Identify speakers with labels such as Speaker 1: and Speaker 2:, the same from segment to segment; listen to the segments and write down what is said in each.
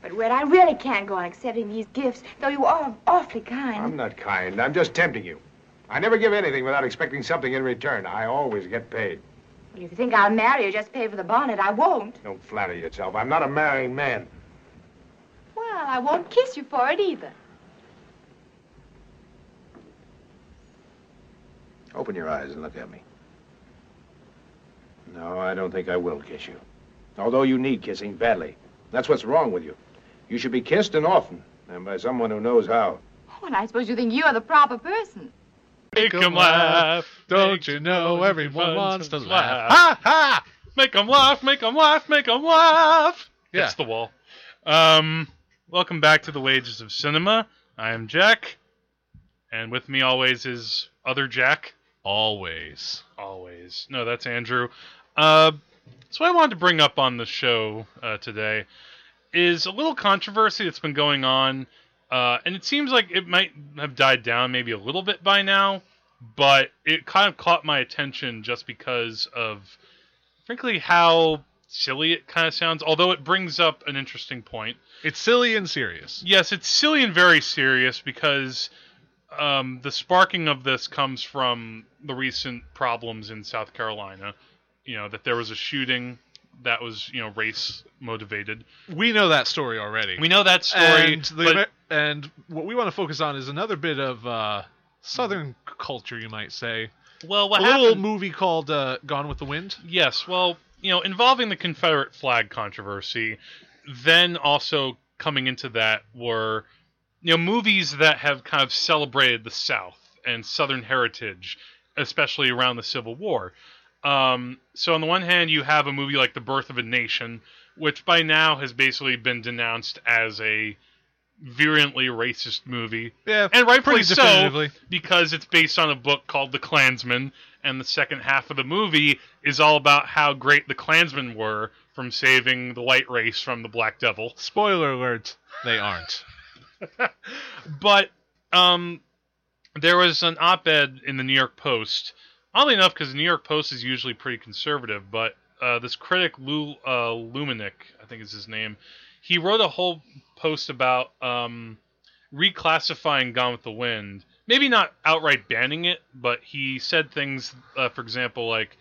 Speaker 1: But, Red, I really can't go on accepting these gifts, though you are awfully kind.
Speaker 2: I'm not kind. I'm just tempting you. I never give anything without expecting something in return. I always get paid.
Speaker 1: Well, if you think I'll marry you just pay for the bonnet, I won't.
Speaker 2: Don't flatter yourself. I'm not a marrying man.
Speaker 1: Well, I won't kiss you for it either.
Speaker 2: Open your eyes and look at me. No, I don't think I will kiss you. Although you need kissing badly. That's what's wrong with you. You should be kissed and often, and by someone who knows how.
Speaker 1: Oh, and I suppose you think you're the proper person.
Speaker 3: Make 'em laugh. Don't you know everyone wants to laugh?
Speaker 4: Ha ha!
Speaker 3: Make 'em laugh, make 'em laugh, make 'em laugh.
Speaker 4: Yeah.
Speaker 3: Hits the wall. Um, welcome back to the Wages of Cinema. I am Jack, and with me always is other Jack.
Speaker 4: Always.
Speaker 3: Always. No, that's Andrew. Uh, so what I wanted to bring up on the show uh, today is a little controversy that's been going on, uh, and it seems like it might have died down maybe a little bit by now, but it kind of caught my attention just because of, frankly, how silly it kind of sounds. Although it brings up an interesting point.
Speaker 4: It's silly and serious.
Speaker 3: Yes, it's silly and very serious because um, the sparking of this comes from the recent problems in South Carolina. You know that there was a shooting that was you know race motivated.
Speaker 4: We know that story already.
Speaker 3: We know that story,
Speaker 4: And, the
Speaker 3: but
Speaker 4: Amer- and what we want to focus on is another bit of uh, Southern c- culture, you might say.
Speaker 3: well, what
Speaker 4: a little
Speaker 3: happened?
Speaker 4: movie called uh, Gone with the Wind.
Speaker 3: yes, well, you know, involving the Confederate flag controversy, then also coming into that were you know movies that have kind of celebrated the South and Southern heritage, especially around the Civil War. Um, so on the one hand, you have a movie like The Birth of a Nation, which by now has basically been denounced as a virulently racist movie,
Speaker 4: Yeah.
Speaker 3: and rightfully
Speaker 4: pretty
Speaker 3: so,
Speaker 4: definitively.
Speaker 3: because it's based on a book called The Klansman, and the second half of the movie is all about how great the Klansmen were from saving the white race from the Black Devil.
Speaker 4: Spoiler alert, they aren't.
Speaker 3: But um, there was an op-ed in the New York Post. Oddly enough, because the New York Post is usually pretty conservative, but uh, this critic Lou uh, Luminick, I think is his name, he wrote a whole post about um, reclassifying Gone with the Wind. Maybe not outright banning it, but he said things, uh, for example, like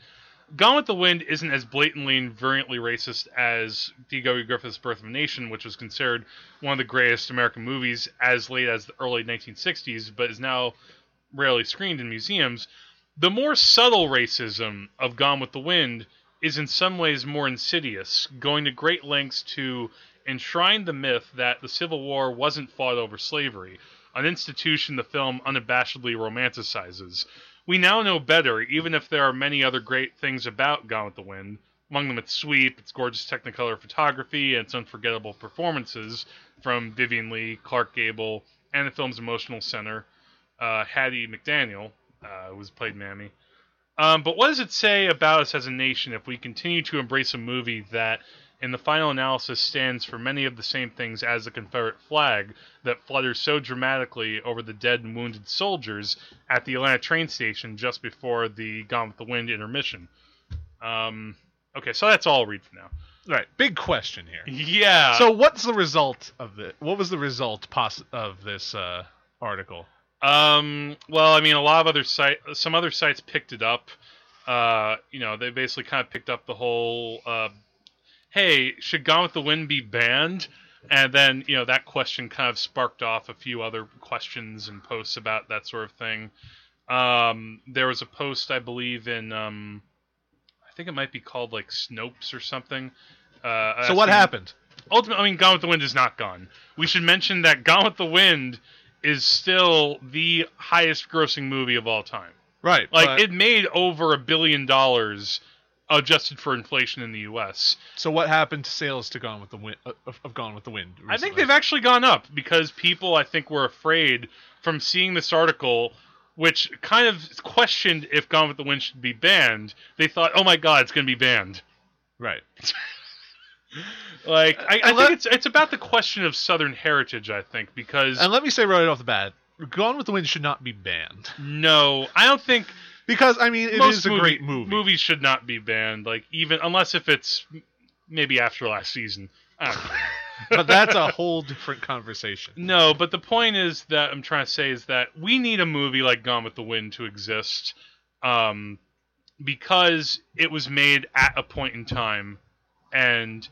Speaker 3: Gone with the Wind isn't as blatantly and virulently racist as D.W. Griffith's Birth of a Nation, which was considered one of the greatest American movies as late as the early 1960s, but is now rarely screened in museums. The more subtle racism of Gone with the Wind is in some ways more insidious, going to great lengths to enshrine the myth that the Civil War wasn't fought over slavery, an institution the film unabashedly romanticizes. We now know better, even if there are many other great things about Gone with the Wind. Among them, its sweep, its gorgeous Technicolor photography, and its unforgettable performances from Vivian Lee, Clark Gable, and the film's emotional center, uh, Hattie McDaniel, uh, who was played Mammy. Um, but what does it say about us as a nation if we continue to embrace a movie that, in the final analysis, stands for many of the same things as the Confederate flag that flutters so dramatically over the dead and wounded soldiers at the Atlanta train station just before the Gone with the Wind intermission? Um, okay, so that's all I'll read for now.
Speaker 4: Right. Big question here.
Speaker 3: Yeah.
Speaker 4: So what's the result of the? What was the result poss- of this uh, article?
Speaker 3: Um, well, I mean, a lot of other site, some other sites picked it up. Uh, you know, they basically kind of picked up the whole, uh, hey, should Gone with the Wind be banned? And then, you know, that question kind of sparked off a few other questions and posts about that sort of thing. Um, there was a post, I believe, in, um, I think it might be called like Snopes or something. Uh,
Speaker 4: So what
Speaker 3: asking-
Speaker 4: happened?
Speaker 3: ultimately, I mean, Gone with the Wind is not gone. We should mention that Gone with the Wind is still the highest grossing movie of all time.
Speaker 4: Right.
Speaker 3: Like,
Speaker 4: but-
Speaker 3: it made over a billion dollars adjusted for inflation in the U.S.
Speaker 4: So what happened to sales to Gone with the Wind? Of, of Gone with the Wind. Recently?
Speaker 3: I think they've actually gone up because people, I think, were afraid from seeing this article, which kind of questioned if Gone with the Wind should be banned. They thought, oh my God, it's going to be banned.
Speaker 4: right.
Speaker 3: Like, I, I
Speaker 4: Unle-
Speaker 3: think it's, it's about the question of Southern heritage, I think, because.
Speaker 4: And let me say right off the bat, Gone with the Wind should not be banned
Speaker 3: no, I don't think
Speaker 4: because I mean it is
Speaker 3: Most
Speaker 4: a
Speaker 3: movie-
Speaker 4: great movie.
Speaker 3: Movies should not be banned, like even unless if it's m- maybe after last season. I don't know.
Speaker 4: but that's a whole different conversation.
Speaker 3: No, but the point is that I'm trying to say is that we need a movie like Gone with the Wind to exist, um, because it was made at a point in time, and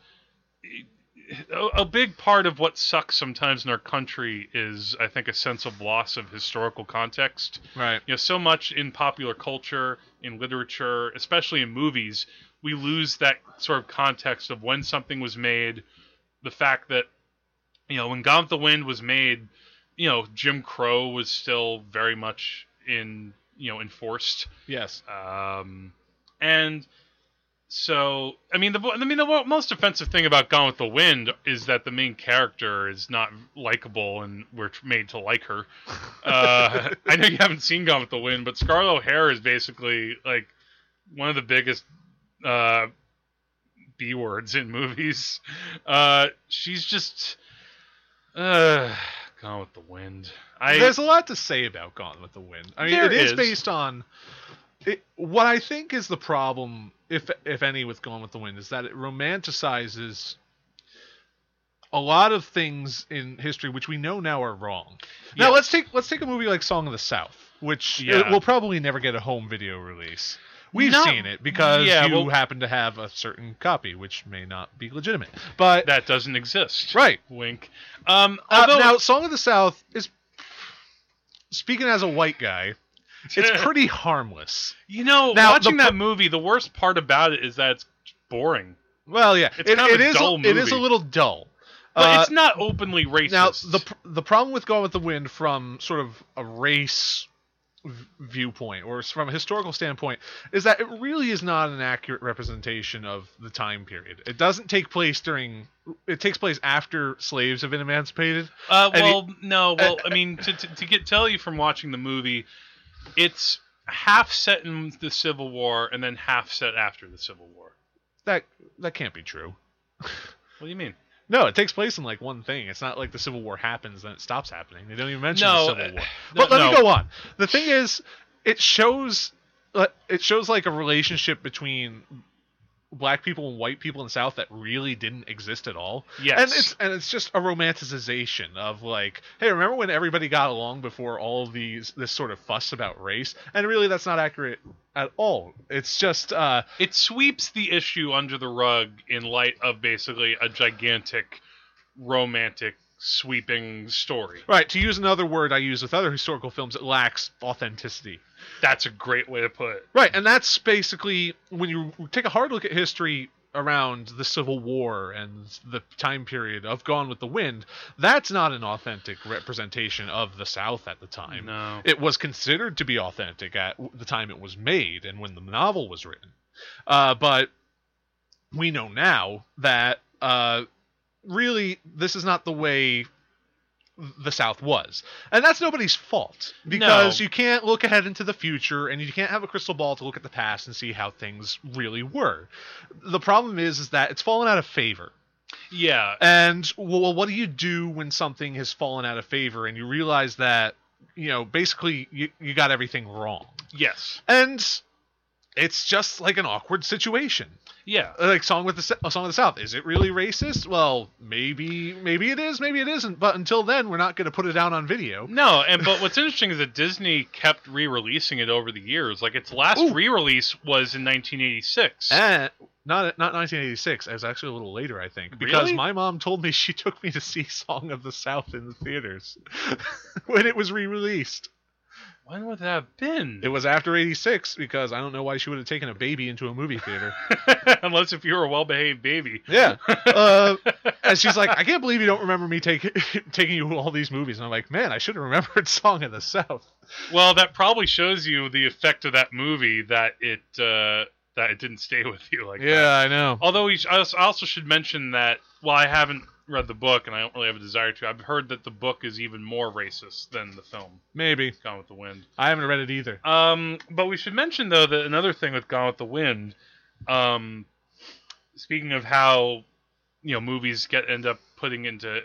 Speaker 3: a, a big part of what sucks sometimes in our country is, I think, a sense of loss of historical context
Speaker 4: Right.
Speaker 3: you know so much in popular culture in literature especially in movies we lose that sort of context of when something was made the fact that you know when gone with the wind was made you know jim crow was still very much in you know enforced
Speaker 4: Yes.
Speaker 3: um, and so, I mean, the I mean the most offensive thing about Gone with the Wind is that the main character is not likable, and we're t- made to like her. Uh, I know you haven't seen Gone with the Wind, but Scarlett O'Hara is basically like one of the biggest uh, b words in movies. Uh, she's just uh, Gone with the Wind. I
Speaker 4: There's a lot to say about Gone with the Wind. I mean,
Speaker 3: There
Speaker 4: it is,
Speaker 3: is.
Speaker 4: based on it, what I think is the problem, if if any, with Gone with the Wind, is that it romanticizes a lot of things in history which we know now are wrong. Now
Speaker 3: Yeah.
Speaker 4: let's take let's take a movie like Song of the South, which
Speaker 3: Yeah.
Speaker 4: uh, will probably never get a home video release. We've
Speaker 3: No.
Speaker 4: seen it because
Speaker 3: Yeah,
Speaker 4: you
Speaker 3: well-
Speaker 4: happen to have a certain copy, which may not be legitimate. But
Speaker 3: that doesn't exist.
Speaker 4: right,
Speaker 3: Wink. Um,
Speaker 4: uh,
Speaker 3: although
Speaker 4: now, Song of the South is speaking as a white guy. It's pretty harmless.
Speaker 3: You know,
Speaker 4: Now,
Speaker 3: watching
Speaker 4: the
Speaker 3: that
Speaker 4: pro-
Speaker 3: movie, the worst part about it is that it's boring.
Speaker 4: Well, yeah,
Speaker 3: It's
Speaker 4: it,
Speaker 3: kind of
Speaker 4: it
Speaker 3: a
Speaker 4: is.
Speaker 3: dull
Speaker 4: It is
Speaker 3: movie.
Speaker 4: a little dull.
Speaker 3: But
Speaker 4: Uh,
Speaker 3: it's not openly racist.
Speaker 4: now the pr- the problem with Gone with the Wind from sort of a race v- viewpoint or s- from a historical standpoint is that it really is not an accurate representation of the time period. It doesn't take place during. It takes place after slaves have been emancipated.
Speaker 3: uh,
Speaker 4: and he-
Speaker 3: well, no, well,
Speaker 4: uh,
Speaker 3: I mean, to, to, to get tell you from watching the movie, it's half set in the Civil War and then half set after the Civil War.
Speaker 4: That that can't be true.
Speaker 3: What do you mean?
Speaker 4: No, it takes place in like one thing. It's not like the Civil War happens then it stops happening. They don't even mention
Speaker 3: No,
Speaker 4: the Civil
Speaker 3: uh,
Speaker 4: War.
Speaker 3: no-
Speaker 4: But let me
Speaker 3: no.
Speaker 4: go on. The thing is, it shows uh, it shows like a relationship between black people and white people in the South that really didn't exist at all.
Speaker 3: Yes.
Speaker 4: And it's and it's just a romanticization of like, hey, remember when everybody got along before all these this sort of fuss about race? And really, that's not accurate at all. It's just uh,
Speaker 3: It sweeps the issue under the rug in light of basically a gigantic, romantic, sweeping story.
Speaker 4: right to use another word I use with other historical films. It lacks authenticity.
Speaker 3: That's a great way to put it.
Speaker 4: Right, and that's basically when you take a hard look at history around the Civil War and the time period of Gone with the Wind, that's not an authentic representation of the South at the time.
Speaker 3: No.
Speaker 4: It was considered to be authentic at w- the time it was made and when the novel was written. Uh, but we know now that uh, really this is not the way the South was. And that's nobody's fault because
Speaker 3: No.
Speaker 4: you can't look ahead into the future and you can't have a crystal ball to look at the past and see how things really were. The problem is is that it's fallen out of favor.
Speaker 3: Yeah.
Speaker 4: And well, what do you do when something has fallen out of favor and you realize that, you know, basically you, you got everything wrong.
Speaker 3: Yes.
Speaker 4: And it's just like an awkward situation.
Speaker 3: Yeah.
Speaker 4: Like song with the S- a song of the South. Is it really racist? Well, maybe maybe it is, maybe it isn't, but until then we're not going to put it out on video.
Speaker 3: No, and but what's interesting is that Disney kept re-releasing it over the years. Like its last
Speaker 4: Ooh. Ah.
Speaker 3: re-release was in 1986.
Speaker 4: And not not 1986. It was actually a little later, I think, because
Speaker 3: Really?
Speaker 4: my mom told me she took me to see Song of the South in the theaters when it was re-released.
Speaker 3: When would that have been?
Speaker 4: It was after 86 because I don't know why she would have taken a baby into a movie theater.
Speaker 3: Unless if you were a well-behaved baby.
Speaker 4: yeah. Uh, and she's like, I can't believe you don't remember me take, taking you to all these movies. And I'm like, man, I should have remembered Song of the South.
Speaker 3: Well, that probably shows you the effect of that movie that it uh, that it didn't stay with you like that.
Speaker 4: I know.
Speaker 3: Although we, sh- I als- I also should mention that while I haven't read the book and I don't really have a desire to, I've heard that the book is even more racist than the film
Speaker 4: Maybe.
Speaker 3: Gone with the Wind.
Speaker 4: I haven't read it either.
Speaker 3: Um, but we should mention though that another thing with Gone with the Wind, um, speaking of how you know movies get end up putting into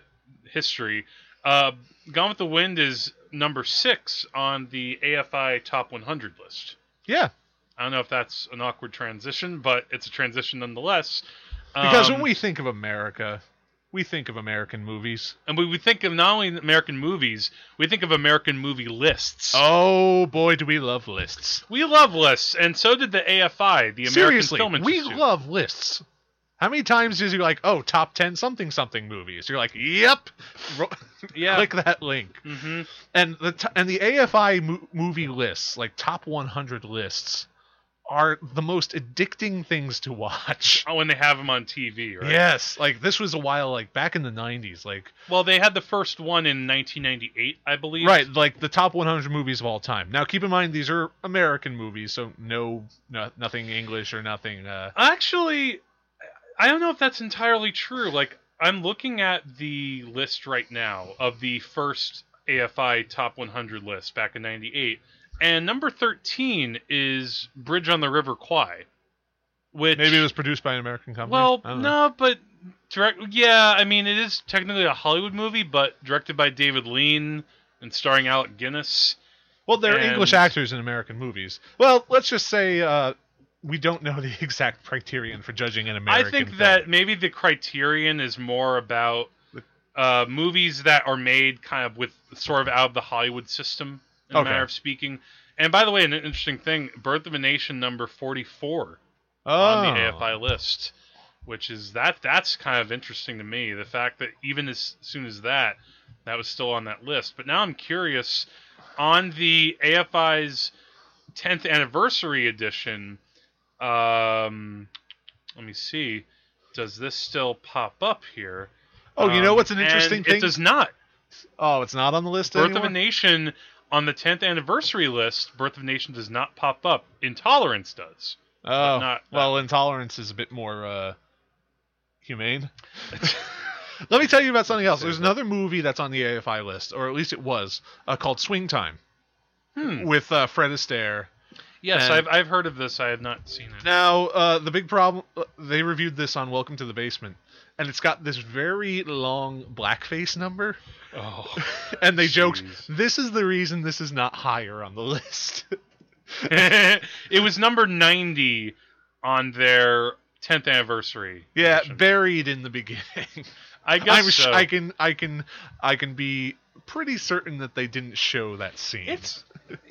Speaker 3: history, uh, Gone with the Wind is number six on the AFI Top 100 list.
Speaker 4: Yeah.
Speaker 3: I don't know if that's an awkward transition, but it's a transition nonetheless.
Speaker 4: Because
Speaker 3: Um,
Speaker 4: when we think of America, we think of American movies.
Speaker 3: And we, we think of not only American movies, we think of American movie lists.
Speaker 4: Oh boy, do we love lists.
Speaker 3: We love lists, and so did the AFI, the American
Speaker 4: Seriously,
Speaker 3: Film
Speaker 4: we
Speaker 3: Institute.
Speaker 4: love lists. How many times is you like, oh, top ten something something movies? You're like, yep, Ro-
Speaker 3: Yeah.
Speaker 4: click that link.
Speaker 3: hmm
Speaker 4: And the t- and the AFI mo- movie lists, like top 100 lists, are the most addicting things to watch.
Speaker 3: Oh, and they have them on TV, right?
Speaker 4: Yes, like this was a while, like back in the 90s, like
Speaker 3: Well, they had the first one in 1998, I believe.
Speaker 4: right, like the top 100 movies of all time. Now, keep in mind these are American movies, so no, no nothing English or nothing. Uh,
Speaker 3: Actually, I don't know if that's entirely true. Like, I'm looking at the list right now of the first AFI Top 100 list back in 98, and number 13 is Bridge on the River Kwai, which.
Speaker 4: maybe it was produced by an American company.
Speaker 3: Well, no,
Speaker 4: I don't know.
Speaker 3: but direct. Yeah, I mean, it is technically a Hollywood movie, but directed by David Lean and starring Alec Guinness.
Speaker 4: Well, they're
Speaker 3: And-
Speaker 4: English actors in American movies. Well, let's just say uh, we don't know the exact criterion for judging an American.
Speaker 3: I think
Speaker 4: film.
Speaker 3: that maybe the criterion is more about uh, movies that are made kind of with sort of out of the Hollywood system, in
Speaker 4: Okay.
Speaker 3: a manner of speaking. And by the way, an interesting thing: Birth of a Nation number forty-four
Speaker 4: oh.
Speaker 3: on the AFI list, which is that that's kind of interesting to me. The fact that even as soon as that, that was still on that list. But now I'm curious on the AFI's 10th anniversary edition. Um, let me see. Does this still pop up here?
Speaker 4: Oh, you know
Speaker 3: Um,
Speaker 4: what's an
Speaker 3: and
Speaker 4: interesting thing?
Speaker 3: It does not.
Speaker 4: Oh, it's not on the list
Speaker 3: Birth
Speaker 4: anymore?
Speaker 3: of a Nation on the 10th anniversary list, Birth of a Nation does not pop up. Intolerance does.
Speaker 4: Oh,
Speaker 3: not-
Speaker 4: well, intolerance is a bit more uh, humane. Let me tell you about something else. There's another movie that's on the AFI list, or at least it was, uh, called Swing Time
Speaker 3: Hmm.
Speaker 4: with uh, Fred Astaire.
Speaker 3: Yes,
Speaker 4: And-
Speaker 3: I've, I've heard of this. I have not seen it.
Speaker 4: Now, uh, the big problem they reviewed this on Welcome to the Basement, and it's got this very long blackface number,
Speaker 3: Oh,
Speaker 4: and they joked,
Speaker 3: Jeez.
Speaker 4: "This is the reason this is not higher on the list."
Speaker 3: it was number ninety on their tenth anniversary.
Speaker 4: yeah,
Speaker 3: edition.
Speaker 4: buried in the beginning.
Speaker 3: I
Speaker 4: I'm
Speaker 3: guess
Speaker 4: sh-
Speaker 3: so.
Speaker 4: I can, I can, I can be pretty certain that they didn't show that scene.
Speaker 3: It's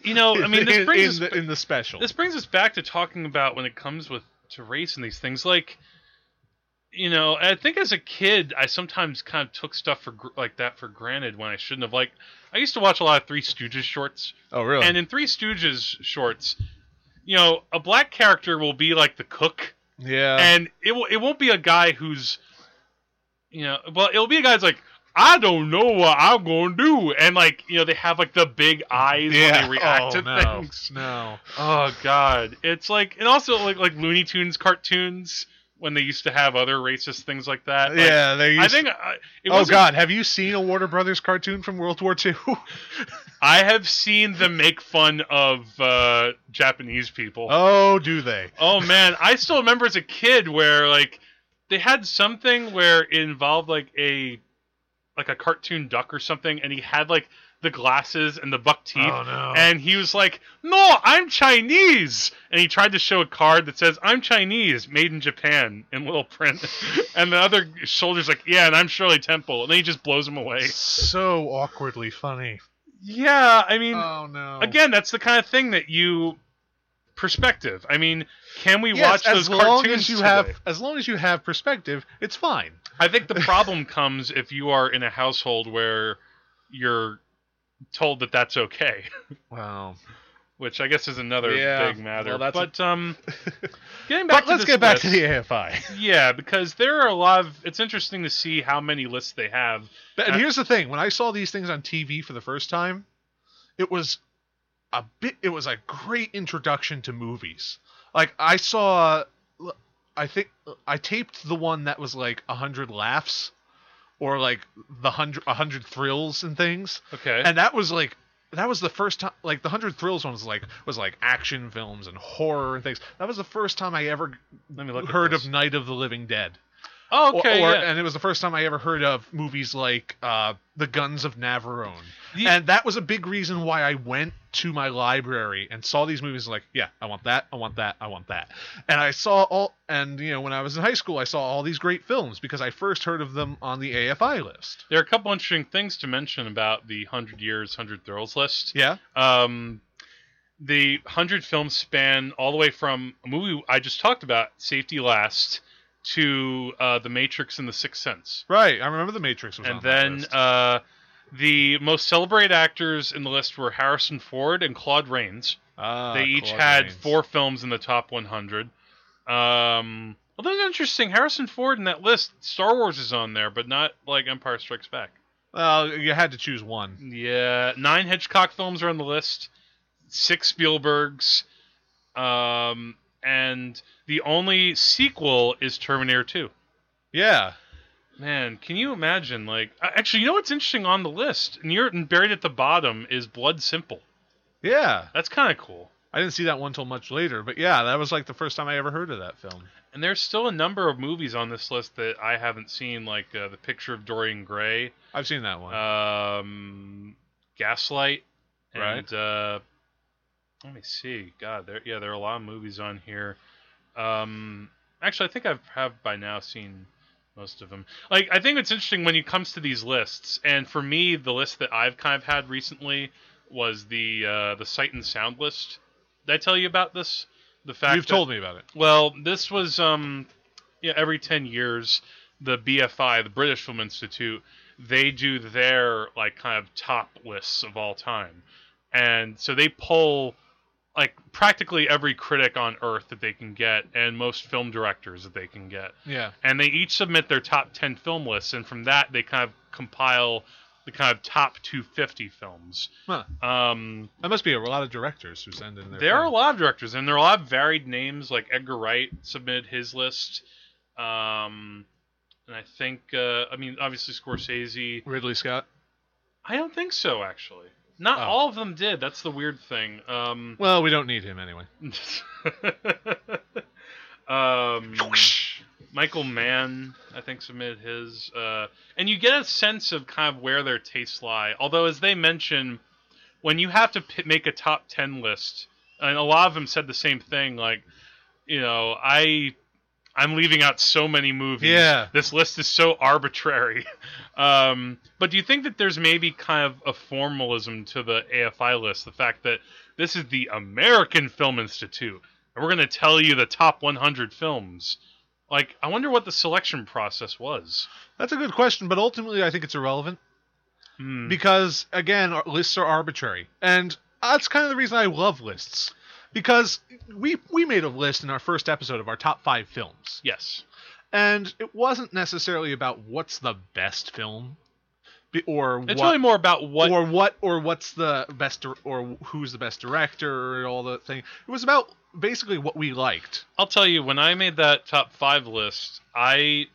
Speaker 3: you know, I mean,
Speaker 4: in,
Speaker 3: this brings
Speaker 4: in
Speaker 3: us
Speaker 4: the, in the special.
Speaker 3: this brings us back to talking about when it comes with to race and these things like you know i think as a kid i sometimes kind of took stuff for gr- like that for granted when i shouldn't have like i used to watch a lot of three stooges shorts
Speaker 4: oh, really?
Speaker 3: and in three stooges shorts you know a black character will be like the cook
Speaker 4: yeah.
Speaker 3: and it will it won't be a guy who's you know well it'll be a guy that's like I don't know what I'm gonna do and like you know they have like the big eyes
Speaker 4: yeah.
Speaker 3: when they react
Speaker 4: oh,
Speaker 3: to
Speaker 4: no.
Speaker 3: things.
Speaker 4: No.
Speaker 3: Oh god, it's like and also like like Looney Tunes cartoons when they used to have other racist things like that. Like,
Speaker 4: yeah, they.
Speaker 3: I
Speaker 4: used-
Speaker 3: think I, it
Speaker 4: Oh
Speaker 3: wasn't-
Speaker 4: God! Have you seen a Warner Brothers cartoon from World War II?
Speaker 3: I have seen them make fun of uh, Japanese people.
Speaker 4: oh, do they?
Speaker 3: Oh man, I still remember as a kid where like they had something where it involved like a like a cartoon duck or something, and he had like the glasses and the buck teeth.
Speaker 4: no!
Speaker 3: And he was like, "No, I'm Chinese," and he tried to show a card that says, "I'm Chinese, made in Japan," in little print. and the other soldier's like, "Yeah, and I'm Shirley Temple," and then he just blows him away.
Speaker 4: so awkwardly funny.
Speaker 3: Yeah, I mean,
Speaker 4: Oh no!
Speaker 3: again, that's the kind of thing that you perspective. I mean, can we
Speaker 4: yes,
Speaker 3: watch
Speaker 4: as
Speaker 3: those
Speaker 4: long
Speaker 3: cartoons
Speaker 4: as you
Speaker 3: today?
Speaker 4: have, as long as you have perspective, it's fine.
Speaker 3: I think the problem comes if you are in a household where you're told that that's okay,
Speaker 4: Wow.
Speaker 3: which I guess is another
Speaker 4: Yeah,
Speaker 3: big matter.
Speaker 4: well, that's a-
Speaker 3: but um, getting back
Speaker 4: But
Speaker 3: to
Speaker 4: let's
Speaker 3: this
Speaker 4: get back to
Speaker 3: list-
Speaker 4: the AFI.
Speaker 3: yeah, because there are a lot of. It's interesting to see how many lists they have.
Speaker 4: But, and
Speaker 3: Uh,
Speaker 4: here's the thing: when I saw these things on TV for the first time, it was a bit. It was a great introduction to movies. Like I saw, I think I taped the one that was like a hundred laughs, or like the hundred a hundred thrills and things,
Speaker 3: Okay.
Speaker 4: and that was like. That was the first time, like the Hundred Thrills one was like was like action films and horror and things. That was the first time I ever
Speaker 3: Let me look. at
Speaker 4: heard
Speaker 3: this.
Speaker 4: of Night of the Living Dead.
Speaker 3: Oh,
Speaker 4: Or-
Speaker 3: okay.
Speaker 4: or,
Speaker 3: yeah.
Speaker 4: And it was the first time I ever heard of movies like uh, The Guns of Navarone.
Speaker 3: Ye-
Speaker 4: And that was a big reason why I went to my library and saw these movies. Like, yeah, I want that, I want that, I want that. And I saw all, and you know, when I was in high school, I saw all these great films because I first heard of them on the AFI list.
Speaker 3: There are a couple interesting things to mention about the 100 Years, 100 Thrills list.
Speaker 4: Yeah,
Speaker 3: Um, the 100 films span all the way from a movie I just talked about, Safety Last, to uh, The Matrix and The Sixth Sense.
Speaker 4: right. I remember The Matrix was
Speaker 3: And
Speaker 4: on that
Speaker 3: then
Speaker 4: list.
Speaker 3: uh, the most celebrated actors in the list were Harrison Ford and Claude Rains.
Speaker 4: Ah,
Speaker 3: they each
Speaker 4: Claude
Speaker 3: had
Speaker 4: Rains.
Speaker 3: four films in the top 100. Um, well, that's interesting. Harrison Ford in that list. Star Wars is on there, but not like Empire Strikes Back.
Speaker 4: Well, you had to choose one.
Speaker 3: Yeah, nine Hitchcock films are on the list, six Spielbergs, um, and the only sequel is Terminator 2.
Speaker 4: Yeah.
Speaker 3: Man, can you imagine? Like, uh, actually, you know what's interesting on the list? Near and buried at the bottom is Blood Simple.
Speaker 4: Yeah,
Speaker 3: That's kind of cool.
Speaker 4: I didn't see that one till much later, but yeah, that was like the first time I ever heard of that film.
Speaker 3: And there's still a number of movies on this list that I haven't seen, like uh, The Picture of Dorian Gray,
Speaker 4: I've seen that
Speaker 3: Uh,
Speaker 4: one.
Speaker 3: um, Gaslight,
Speaker 4: Right.
Speaker 3: and uh, let me see. God, there yeah, there are a lot of movies on here. Um, actually, I think I've have by now seen most of them. Like, I think it's interesting when it comes to these lists. And for me, the list that I've kind of had recently was the uh, the sight and sound list. Did I tell you about this? The fact
Speaker 4: You've
Speaker 3: that-
Speaker 4: told me about it.
Speaker 3: well, this was um, yeah, every ten years, the BFI, the British Film Institute, they do their like kind of top lists of all time, and so they poll like practically every critic on earth that they can get and most film directors that they can get
Speaker 4: Yeah.
Speaker 3: and they each submit their top 10 film lists and from that they kind of compile the kind of top 250 films
Speaker 4: Huh.
Speaker 3: um,
Speaker 4: That must be a lot of directors who send in their.
Speaker 3: there are a
Speaker 4: film.
Speaker 3: lot of directors, and there are a lot of varied names. Like Edgar Wright submitted his list, um, and I think, uh, I mean, obviously Scorsese.
Speaker 4: Ridley Scott.
Speaker 3: I don't think so, actually. Not
Speaker 4: Oh.
Speaker 3: all of them did. That's the weird thing. Um,
Speaker 4: Well, we don't need him anyway.
Speaker 3: um, Michael Mann, I think, submitted his, uh, and you get a sense of kind of where their tastes lie. Although, as they mention, when you have to p- make a top ten list, and a lot of them said the same thing, like, you know, I, I'm leaving out so many movies.
Speaker 4: Yeah.
Speaker 3: this list is so arbitrary. um, but do you think that there's maybe kind of a formalism to the AFI list? The fact that this is the American Film Institute, and we're going to tell you the top 100 films. Like, I wonder what the selection process was.
Speaker 4: That's a good question, but ultimately, I think it's irrelevant
Speaker 3: Hmm.
Speaker 4: because again, our- lists are arbitrary, and that's kind of the reason I love lists because we we made a list in our first episode of our top five films,
Speaker 3: yes.
Speaker 4: and it wasn't necessarily about what's the best film, be- or
Speaker 3: It's
Speaker 4: what
Speaker 3: really more about what.
Speaker 4: or what or what's the best dir- or who's the best director or all the thing. It was about basically what we liked.
Speaker 3: I'll tell you, when I made that top five list, I.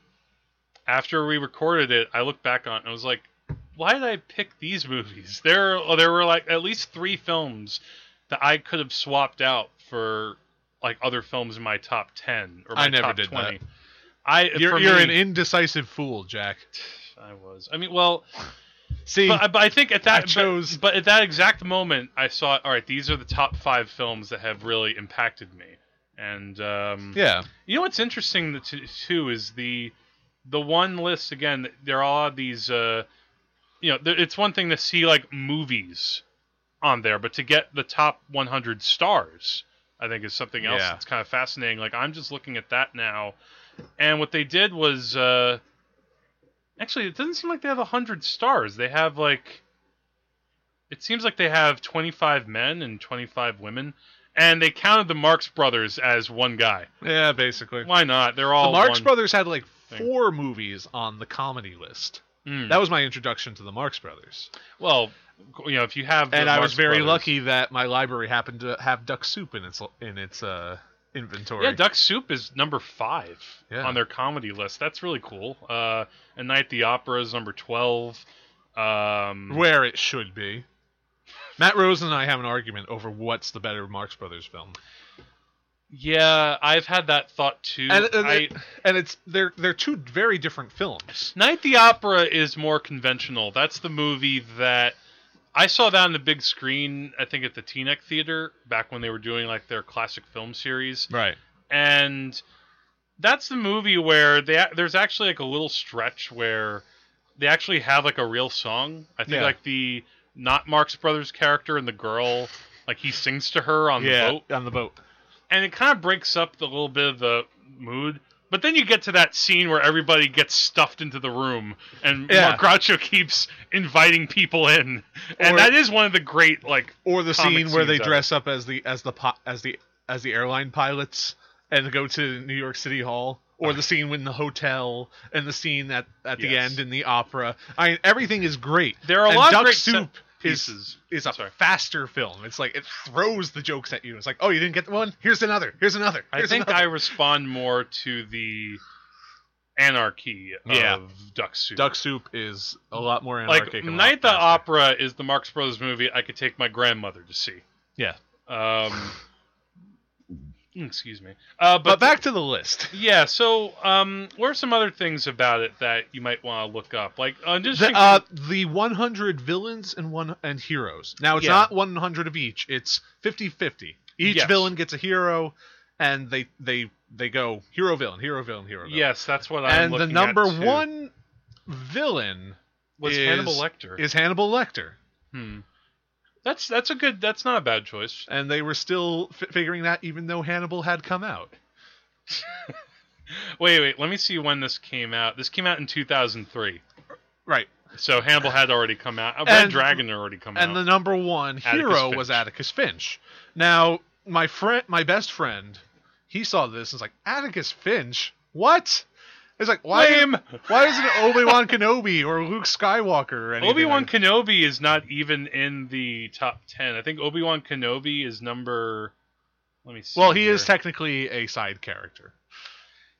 Speaker 3: After we recorded it, I looked back on it and I was like, why did I pick these movies? There, oh, there were like at least three films that I could have swapped out for like other films in my top ten or my
Speaker 4: I never
Speaker 3: top
Speaker 4: did that.
Speaker 3: twenty. I
Speaker 4: You're,
Speaker 3: for
Speaker 4: you're
Speaker 3: me,
Speaker 4: an indecisive fool, Jack.
Speaker 3: I was. I mean, well,
Speaker 4: See,
Speaker 3: but, I- but I think at
Speaker 4: I
Speaker 3: that
Speaker 4: chose-
Speaker 3: But, but at that exact moment, I saw. All right, these are the top five films that have really impacted me. And um,
Speaker 4: yeah,
Speaker 3: you know what's interesting that t- too is the the one list again. There are these. Uh, you know, there, it's one thing to see like movies on there, but to get the top 100 stars, I think is something else
Speaker 4: Yeah.
Speaker 3: that's kind of fascinating. Like I'm just looking at that now, and what they did was uh, actually it doesn't seem like they have 100 stars. They have like it seems like they have 25 men and 25 women. And they counted the Marx Brothers as one guy.
Speaker 4: yeah, basically.
Speaker 3: Why not? They're all
Speaker 4: the Marx
Speaker 3: one-
Speaker 4: Brothers had like
Speaker 3: thing.
Speaker 4: four movies on the comedy list.
Speaker 3: Mm.
Speaker 4: That was my introduction to the Marx Brothers,
Speaker 3: well, you know, if you have the
Speaker 4: and I
Speaker 3: Marx
Speaker 4: was very
Speaker 3: Brothers-
Speaker 4: lucky that my library happened to have Duck Soup in its in its uh, inventory.
Speaker 3: Yeah, Duck Soup is number five
Speaker 4: Yeah.
Speaker 3: on their comedy list. That's really cool. Uh, A Night at the Opera is number twelve. Um,
Speaker 4: where it should be. Matt Rose and I have an argument over what's the better Marx Brothers film.
Speaker 3: Yeah, I've had that thought too.
Speaker 4: And, and,
Speaker 3: I-
Speaker 4: it- and it's they're they're two very different films.
Speaker 3: Night at the Opera is more conventional. That's the movie that I saw that on the big screen. I think at the Teaneck Theater back when they were doing like their classic film series,
Speaker 4: Right.
Speaker 3: and that's the movie where they ac- there's actually like a little stretch where they actually have like a real song. I think
Speaker 4: Yeah.
Speaker 3: like the not Marx Brothers character and the girl, like he sings to her on
Speaker 4: yeah.
Speaker 3: the boat
Speaker 4: On the boat.
Speaker 3: and it kind of breaks up the little bit of the mood. But then you get to that scene where everybody gets stuffed into the room, and
Speaker 4: Yeah.
Speaker 3: Mark Groucho keeps inviting people in, and
Speaker 4: Or-
Speaker 3: that is one of the great like.
Speaker 4: Or the
Speaker 3: Comic
Speaker 4: scene where they
Speaker 3: scenes of it.
Speaker 4: dress up as the as the po- as the as the airline pilots and go to New York City Hall. Or the scene in the hotel, and the scene at, at the
Speaker 3: Yes.
Speaker 4: end in the opera. I mean, everything is great.
Speaker 3: There are a
Speaker 4: And
Speaker 3: lot
Speaker 4: Duck
Speaker 3: of great
Speaker 4: Soup
Speaker 3: set
Speaker 4: is-
Speaker 3: pieces.
Speaker 4: is a
Speaker 3: Sorry.
Speaker 4: faster film. It's like it throws the jokes at you. It's like, oh, you didn't get one. Here's another. Here's another.
Speaker 3: I
Speaker 4: here's
Speaker 3: think I
Speaker 4: another.
Speaker 3: respond more to the anarchy of
Speaker 4: Yeah.
Speaker 3: Duck Soup.
Speaker 4: Duck Soup is a lot more
Speaker 3: like
Speaker 4: anarchic. and a lot
Speaker 3: Night at the
Speaker 4: faster.
Speaker 3: Opera is the Marx Brothers movie I could take my grandmother to see.
Speaker 4: Yeah.
Speaker 3: Um, excuse me. Uh,
Speaker 4: But
Speaker 3: but
Speaker 4: back to the list.
Speaker 3: Yeah, so um, what are some other things about it that you might want to look up? Like, uh, just
Speaker 4: The,
Speaker 3: thinking-
Speaker 4: uh, the 100 villains and one and heroes. Now it's
Speaker 3: Yeah.
Speaker 4: not 100 of each. It's 50-50. Each
Speaker 3: Yes.
Speaker 4: villain gets a hero, and they they they go hero villain hero villain hero. Villain.
Speaker 3: yes, that's what I'm
Speaker 4: And the
Speaker 3: looking
Speaker 4: number
Speaker 3: at, too,
Speaker 4: one villain
Speaker 3: was
Speaker 4: is-
Speaker 3: Hannibal Lecter.
Speaker 4: is Hannibal Lecter,
Speaker 3: Hmm. That's that's a good. That's not a bad choice.
Speaker 4: and they were still f- figuring that even though Hannibal had come out.
Speaker 3: Wait, wait. Let me see when this came out. This came out in 2003.
Speaker 4: Right.
Speaker 3: So Hannibal had already come out. Uh, Red
Speaker 4: And-
Speaker 3: Dragon had already come
Speaker 4: and
Speaker 3: out.
Speaker 4: the number one
Speaker 3: Atticus
Speaker 4: hero
Speaker 3: Finch.
Speaker 4: was Atticus Finch. Now, my friend, my best friend, he saw this and was like, Atticus Finch, what? It's like why?
Speaker 3: Lame.
Speaker 4: Why isn't it Obi Wan Kenobi or Luke Skywalker? Or anything?
Speaker 3: Obi Wan Kenobi is not even in the top ten. I think Obi Wan Kenobi is number. Let me see.
Speaker 4: Well, he
Speaker 3: here.
Speaker 4: is technically a side character.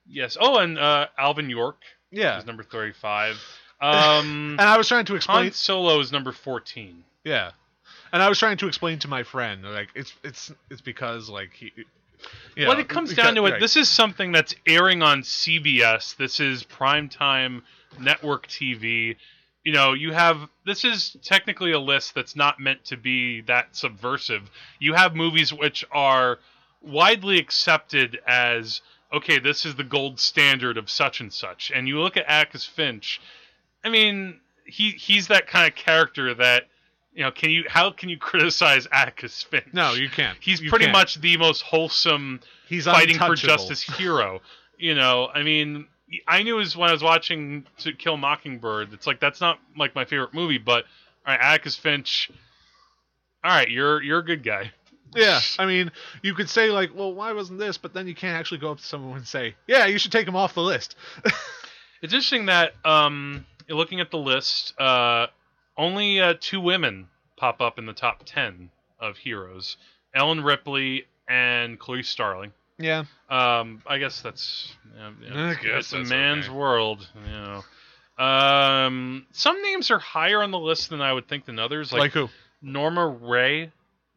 Speaker 3: yes. Oh, and uh, Alvin York.
Speaker 4: Yeah,
Speaker 3: is number 35. Um,
Speaker 4: and I was trying to explain.
Speaker 3: Han Solo is number 14.
Speaker 4: Yeah, and I was trying to explain to my friend like it's it's it's because like he. Yeah,
Speaker 3: when it comes down to it, this is something that's airing on CBS. This is primetime network TV. You know, you have this is technically a list that's not meant to be that subversive. You have movies which are widely accepted as okay, this is the gold standard of such and such. And you look at Atticus Finch. I mean, he he's that kind of character that you know. Can you how can you criticize Atticus Finch?
Speaker 4: no, you can't.
Speaker 3: He's
Speaker 4: You
Speaker 3: pretty
Speaker 4: can't.
Speaker 3: much the most wholesome
Speaker 4: he's
Speaker 3: fighting for
Speaker 4: untouchable.
Speaker 3: justice hero. You know, I mean, I knew as when I was watching To Kill a Mockingbird, it's like that's not like my favorite movie, but all right, Atticus Finch. All right, you're you're a good guy.
Speaker 4: Yeah, I mean, you could say like, well, why wasn't this? But then you can't actually go up to someone and say, yeah, you should take him off the list.
Speaker 3: It's interesting that um, looking at the list, uh, only uh, two women pop up in the top ten of heroes: Ellen Ripley and Chloe Starling.
Speaker 4: Yeah,
Speaker 3: Um, I guess that's yeah, yeah,
Speaker 4: I
Speaker 3: it's-
Speaker 4: guess
Speaker 3: it's a
Speaker 4: that's
Speaker 3: man's
Speaker 4: okay.
Speaker 3: world, you know. Um, some names are higher on the list than I would think than others,
Speaker 4: like,
Speaker 3: like,
Speaker 4: who?
Speaker 3: Norma Ray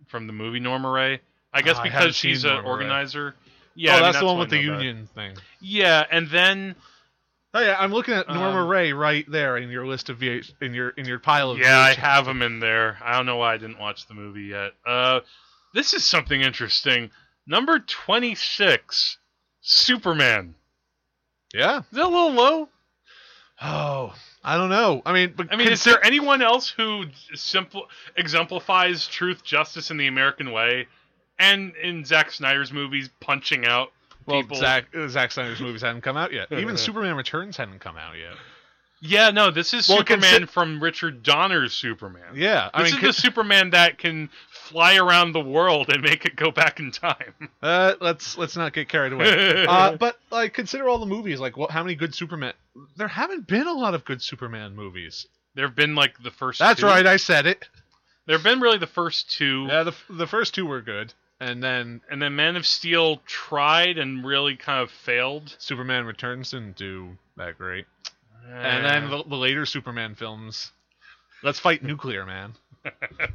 Speaker 3: from the movie Norma Ray. I guess
Speaker 4: Ah, I haven't
Speaker 3: because she's
Speaker 4: seen
Speaker 3: an
Speaker 4: Norma Rae.
Speaker 3: organizer.
Speaker 4: Yeah,
Speaker 3: Yeah, I mean,
Speaker 4: Oh, that's the one
Speaker 3: all I
Speaker 4: with the
Speaker 3: know about it.
Speaker 4: union thing.
Speaker 3: Yeah, and then
Speaker 4: Oh yeah, I'm looking at Norma
Speaker 3: Um,
Speaker 4: Ray right there in your list of VH in your in your pile of
Speaker 3: yeah, I
Speaker 4: VH
Speaker 3: have them in there. I don't know why I didn't watch the movie yet. Uh, this is something interesting. Number twenty six, Superman.
Speaker 4: yeah.
Speaker 3: Is that a little low?
Speaker 4: Oh, I don't know. I mean, but
Speaker 3: I mean, is there anyone else who simple exemplifies truth, justice in the American way, and in Zack Snyder's movies, punching out
Speaker 4: well,
Speaker 3: people?
Speaker 4: Zack Zack Snyder's movies hadn't come out yet. Even Superman Returns hadn't come out yet.
Speaker 3: Yeah, no, this is
Speaker 4: Well,
Speaker 3: Superman
Speaker 4: consi-
Speaker 3: from Richard Donner's Superman.
Speaker 4: Yeah, I
Speaker 3: this
Speaker 4: mean,
Speaker 3: is the Superman that can fly around the world and make it go back in time.
Speaker 4: Uh, let's let's not get carried away. uh, but like, consider all the movies. Like, what? How many good Superman? There haven't been a lot of good Superman movies.
Speaker 3: There have been like the first.
Speaker 4: That's
Speaker 3: two.
Speaker 4: right, I said it.
Speaker 3: There have been really the first two,
Speaker 4: Yeah, the the first two were good, and then
Speaker 3: and then Man of Steel tried and really kind of failed.
Speaker 4: Superman Returns didn't do that great. And then the, the later Superman films. Let's fight nuclear, man.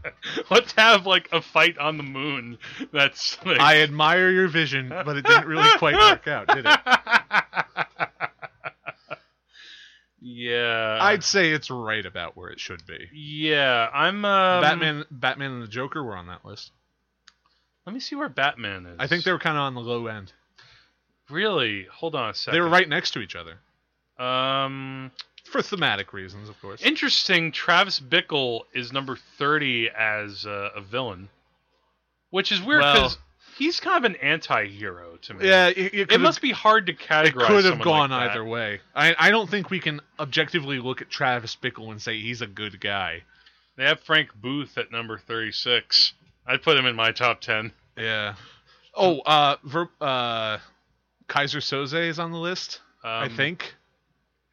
Speaker 3: Let's have like a fight on the moon. That's like,
Speaker 4: I admire your vision, but it didn't really quite work out, did it?
Speaker 3: yeah.
Speaker 4: I'd say it's right about where it should be.
Speaker 3: Yeah, I'm um,
Speaker 4: Batman, Batman and the Joker were on that list.
Speaker 3: Let me see where Batman is.
Speaker 4: I think they were kind of on the low end.
Speaker 3: really. Hold on a second.
Speaker 4: They were right next to each other
Speaker 3: Um,
Speaker 4: for thematic reasons, of course.
Speaker 3: interesting. Travis Bickle is number thirty as uh, a villain, which is weird
Speaker 4: Well-
Speaker 3: because he's kind of an anti-hero to me.
Speaker 4: yeah, it,
Speaker 3: It must be hard to categorize.
Speaker 4: It could have
Speaker 3: someone
Speaker 4: gone
Speaker 3: like that.
Speaker 4: either way. I I don't think we can objectively look at Travis Bickle and say he's a good guy.
Speaker 3: They have Frank Booth at number 36. I'd put him in my top 10.
Speaker 4: Yeah. Oh, uh, Ver, uh, Kaiser Soze is on the list, I
Speaker 3: Um,
Speaker 4: think.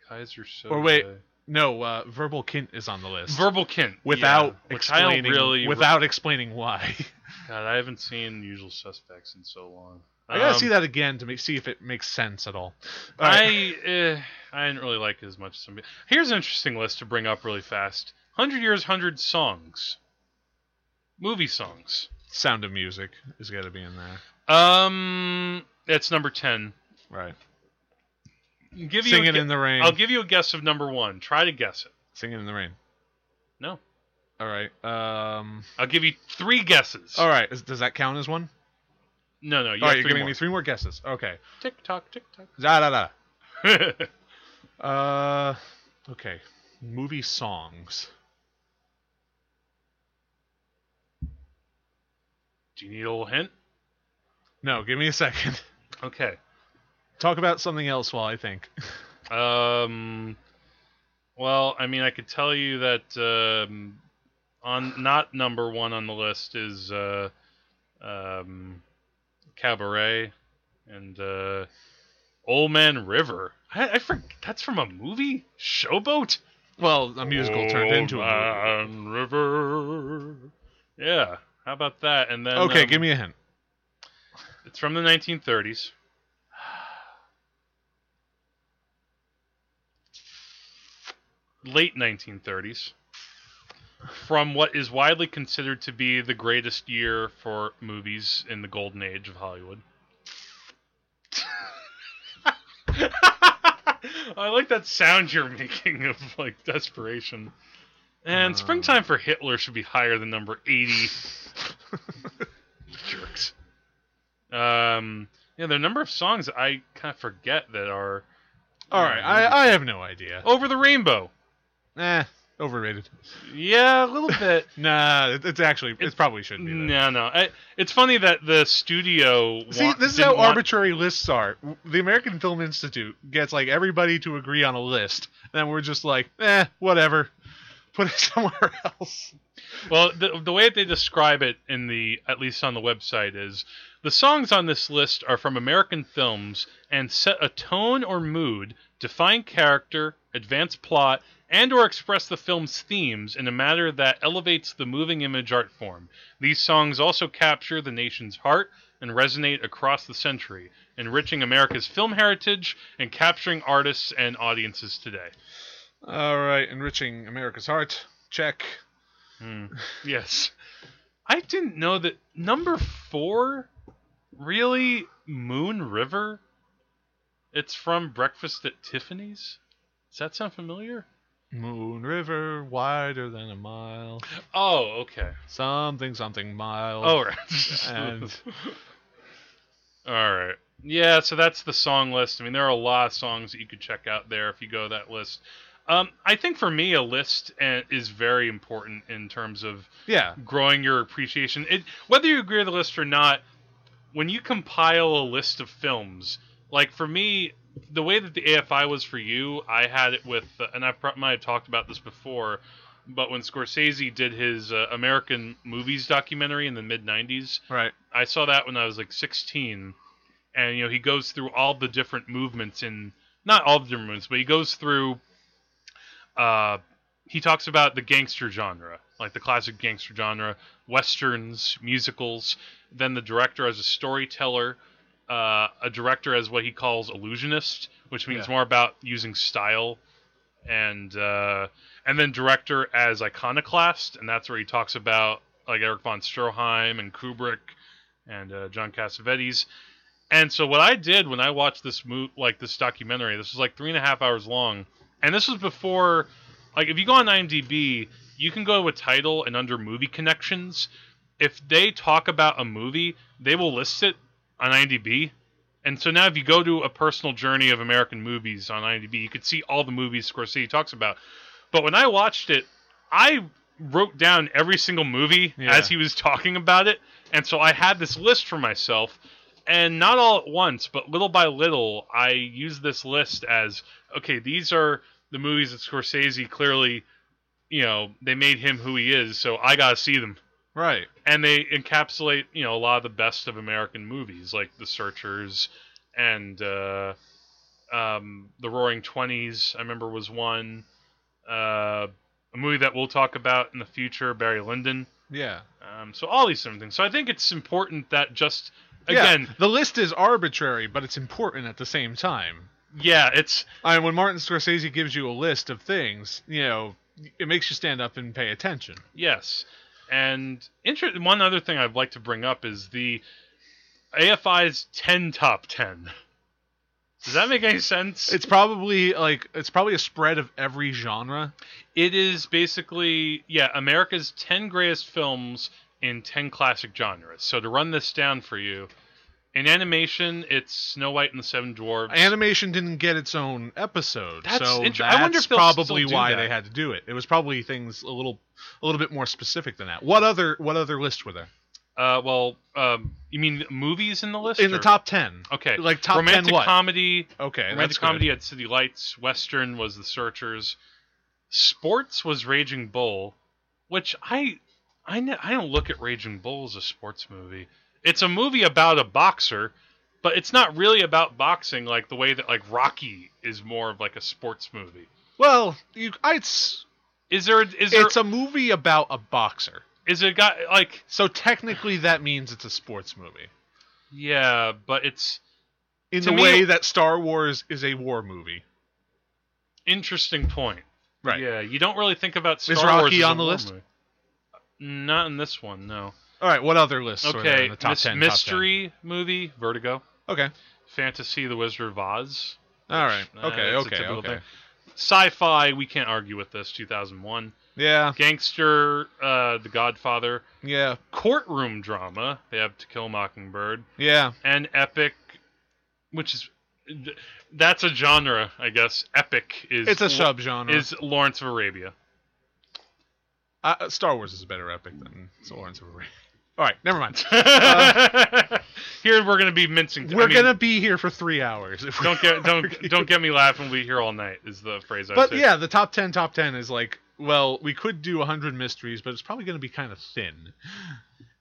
Speaker 3: Kaiser Soze.
Speaker 4: Or wait. No, uh, Verbal Kint is on the list.
Speaker 3: Verbal Kint.
Speaker 4: without
Speaker 3: yeah, which I don't
Speaker 4: explaining
Speaker 3: really
Speaker 4: without explaining why.
Speaker 3: God, I haven't seen Usual Suspects in so long.
Speaker 4: I gotta
Speaker 3: Um,
Speaker 4: see that again to make, see if it makes sense at all. All right.
Speaker 3: I eh, I didn't really like it as much as some. Here's an interesting list to bring up really fast. Hundred years, hundred songs. Movie songs.
Speaker 4: Sound of Music is gotta be in there.
Speaker 3: Um, that's number ten.
Speaker 4: Right.
Speaker 3: Give you a
Speaker 4: Singing
Speaker 3: gu-
Speaker 4: in the rain.
Speaker 3: I'll give you a guess of number one. Try to guess it.
Speaker 4: Singing in the rain.
Speaker 3: No.
Speaker 4: All right. Um.
Speaker 3: I'll give you three guesses.
Speaker 4: All right. Is, does that count as one?
Speaker 3: No, no. You
Speaker 4: all
Speaker 3: have
Speaker 4: right. You're
Speaker 3: three
Speaker 4: giving
Speaker 3: more.
Speaker 4: me three more guesses. Okay.
Speaker 3: Tick tock, tick tock.
Speaker 4: Da da da.
Speaker 3: I
Speaker 4: Uh, okay. Movie songs.
Speaker 3: Do you need a little hint?
Speaker 4: No, give me a second.
Speaker 3: Okay.
Speaker 4: Talk about something else while I think.
Speaker 3: Um. Well, I mean, I could tell you that um, on not number one on the list is uh, um, Cabaret and uh, Old Man River. I, I for, that's from a movie, Showboat.
Speaker 4: Well, a musical turned into
Speaker 3: Old
Speaker 4: a
Speaker 3: Man River. Yeah. How about that? And then
Speaker 4: movie. Okay,
Speaker 3: um,
Speaker 4: give me a hint.
Speaker 3: It's from the 1930s. Late 1930s. From what is widely considered to be the greatest year for movies in the golden age of Hollywood. I like that sound you're making of like desperation. And
Speaker 4: Uh.
Speaker 3: springtime for Hitler should be higher than number 80. Jerks. Um, yeah, there are a number of songs I kind of forget that are
Speaker 4: All right, I, I have no idea.
Speaker 3: over the rainbow.
Speaker 4: Nah, overrated.
Speaker 3: Yeah, a little bit.
Speaker 4: Nah, it, it's actually it probably shouldn't be. There.
Speaker 3: no, no. I, it's funny that the studio.
Speaker 4: See,
Speaker 3: want-
Speaker 4: this is
Speaker 3: didn't
Speaker 4: how
Speaker 3: want-
Speaker 4: arbitrary lists are. The American Film Institute gets like everybody to agree on a list, and then we're just like, eh, whatever. Put it somewhere else.
Speaker 3: Well, the, the way that they describe it in the at least on the website is the songs on this list are from American films and set a tone or mood, define character, advance plot, and or express the film's themes in a manner that elevates the moving image art form. These songs also capture the nation's heart and resonate across the century, enriching America's film heritage and capturing artists and audiences today.
Speaker 4: All right, enriching America's heart. Check.
Speaker 3: Yes. I didn't know that number four really Moon River. It's from Breakfast at Tiffany's. Does that sound familiar?
Speaker 4: Moon River, wider than a mile.
Speaker 3: Oh, okay.
Speaker 4: Something, something mile.
Speaker 3: All right.
Speaker 4: Oh. And-
Speaker 3: All right. Yeah, so that's the song list. I mean, there are a lot of songs that you could check out there if you go to that list. Um, I think for me, a list eh, is very important in terms of
Speaker 4: yeah.
Speaker 3: growing your appreciation. It, whether you agree with the list or not, when you compile a list of films, like for me, the way that the AFI was for you, I had it with, and I pro- might have talked about this before, but when Scorsese did his uh, American movies documentary in the mid 90s,
Speaker 4: Right.
Speaker 3: I saw that when I was like 16, and you know he goes through all the different movements in not all the different movements, but he goes through. Uh, he talks about the gangster genre, like the classic gangster genre, westerns, musicals. Then the director as a storyteller, uh, a director as what he calls illusionist, which means
Speaker 4: Yeah.
Speaker 3: more about using style and uh, and then director as iconoclast, and that's where he talks about like Eric von Stroheim and Kubrick and uh, John Cassavetes. And so what I did when I watched this mo- like this documentary, this was like three and a half hours long, and this was before, like if you go on IMDb, you can go to a title and under movie connections, if they talk about a movie, they will list it on IMDb. And so now, if you go to a personal journey of American movies on IMDb, you could see all the movies Scorsese talks about. But when I watched it, I wrote down every single movie
Speaker 4: Yeah.
Speaker 3: as he was talking about it, and so I had this list for myself. And not all at once, but little by little, I used this list as okay. These are the movies that Scorsese clearly, you know, they made him who he is. So I gotta see them
Speaker 4: Right.
Speaker 3: and they encapsulate you know a lot of the best of American movies like The Searchers and uh, um, The Roaring Twenties. I remember was one uh, a movie that we'll talk about in the future, Barry Lyndon.
Speaker 4: Yeah.
Speaker 3: Um, so all these different things. So I think it's important that just
Speaker 4: Yeah,
Speaker 3: again,
Speaker 4: the list is arbitrary, but it's important at the same time.
Speaker 3: yeah, it's
Speaker 4: I mean, when Martin Scorsese gives you a list of things, you know, it makes you stand up and pay attention.
Speaker 3: Yes, and inter- one other thing I'd like to bring up is the AFI's ten top ten. Does that make any sense?
Speaker 4: It's probably like it's probably a spread of every genre.
Speaker 3: It is basically, yeah, America's 10 greatest films in 10 classic genres. So to run this down for you, in animation, it's Snow White and the Seven Dwarves.
Speaker 4: Animation didn't get its own episode,
Speaker 3: That's
Speaker 4: so
Speaker 3: inter-
Speaker 4: that's
Speaker 3: I wonder if they'll
Speaker 4: probably
Speaker 3: still do
Speaker 4: why
Speaker 3: that.
Speaker 4: they had to do it. It was probably things a little a little bit more specific than that. What other what other lists were there
Speaker 3: uh, well, um, you mean movies in the list?
Speaker 4: in the
Speaker 3: or-
Speaker 4: top ten?
Speaker 3: Okay.
Speaker 4: like top
Speaker 3: romantic
Speaker 4: 10 what?
Speaker 3: comedy.
Speaker 4: Okay,
Speaker 3: romantic
Speaker 4: that's good.
Speaker 3: Oh, comedy had City Lights. Western was The Searchers. Sports was Raging Bull, which I I, ne- I don't look at Raging Bull as a sports movie. It's a movie about a boxer, but it's not really about boxing like the way that like Rocky is more of like a sports movie.
Speaker 4: Well, you, I, it's
Speaker 3: Is there is there
Speaker 4: it's a movie about a boxer.
Speaker 3: is it got like
Speaker 4: So technically, that means it's a sports movie
Speaker 3: yeah, but it's
Speaker 4: in
Speaker 3: To
Speaker 4: the
Speaker 3: me-
Speaker 4: way that Star Wars is a war movie.
Speaker 3: interesting point.
Speaker 4: Right.
Speaker 3: Yeah, you don't really think about Star
Speaker 4: Is Rocky
Speaker 3: Wars as a
Speaker 4: on the
Speaker 3: war
Speaker 4: list?
Speaker 3: movie. Not in this one, no.
Speaker 4: All right. What other lists? were there
Speaker 3: Okay,
Speaker 4: in the top
Speaker 3: mys-
Speaker 4: 10, top 10?
Speaker 3: mystery movie, Vertigo.
Speaker 4: Okay.
Speaker 3: Fantasy, The Wizard of Oz.
Speaker 4: All right.
Speaker 3: Uh,
Speaker 4: Okay.
Speaker 3: it's a
Speaker 4: okay.
Speaker 3: typical
Speaker 4: Okay.
Speaker 3: thing. Sci-fi, we can't argue with this. 2001.
Speaker 4: Yeah.
Speaker 3: Gangster, uh, The Godfather.
Speaker 4: Yeah.
Speaker 3: Courtroom drama, they have To Kill a Mockingbird.
Speaker 4: Yeah.
Speaker 3: And epic, which is... That's a genre, I guess. Epic is...
Speaker 4: It's a subgenre.
Speaker 3: Is Lawrence of Arabia.
Speaker 4: Uh, Star Wars is a better epic than Lawrence of Arabia. All right, never mind.
Speaker 3: Here we're gonna be mincing. I
Speaker 4: We're
Speaker 3: mean,
Speaker 4: gonna be here for three hours. If we
Speaker 3: don't get
Speaker 4: argue.
Speaker 3: don't don't get me laughing. We'll be here all night. Is the phrase I
Speaker 4: But
Speaker 3: said.
Speaker 4: yeah, the top ten, top ten is like, well, we could do hundred mysteries, but it's probably gonna be kind of thin.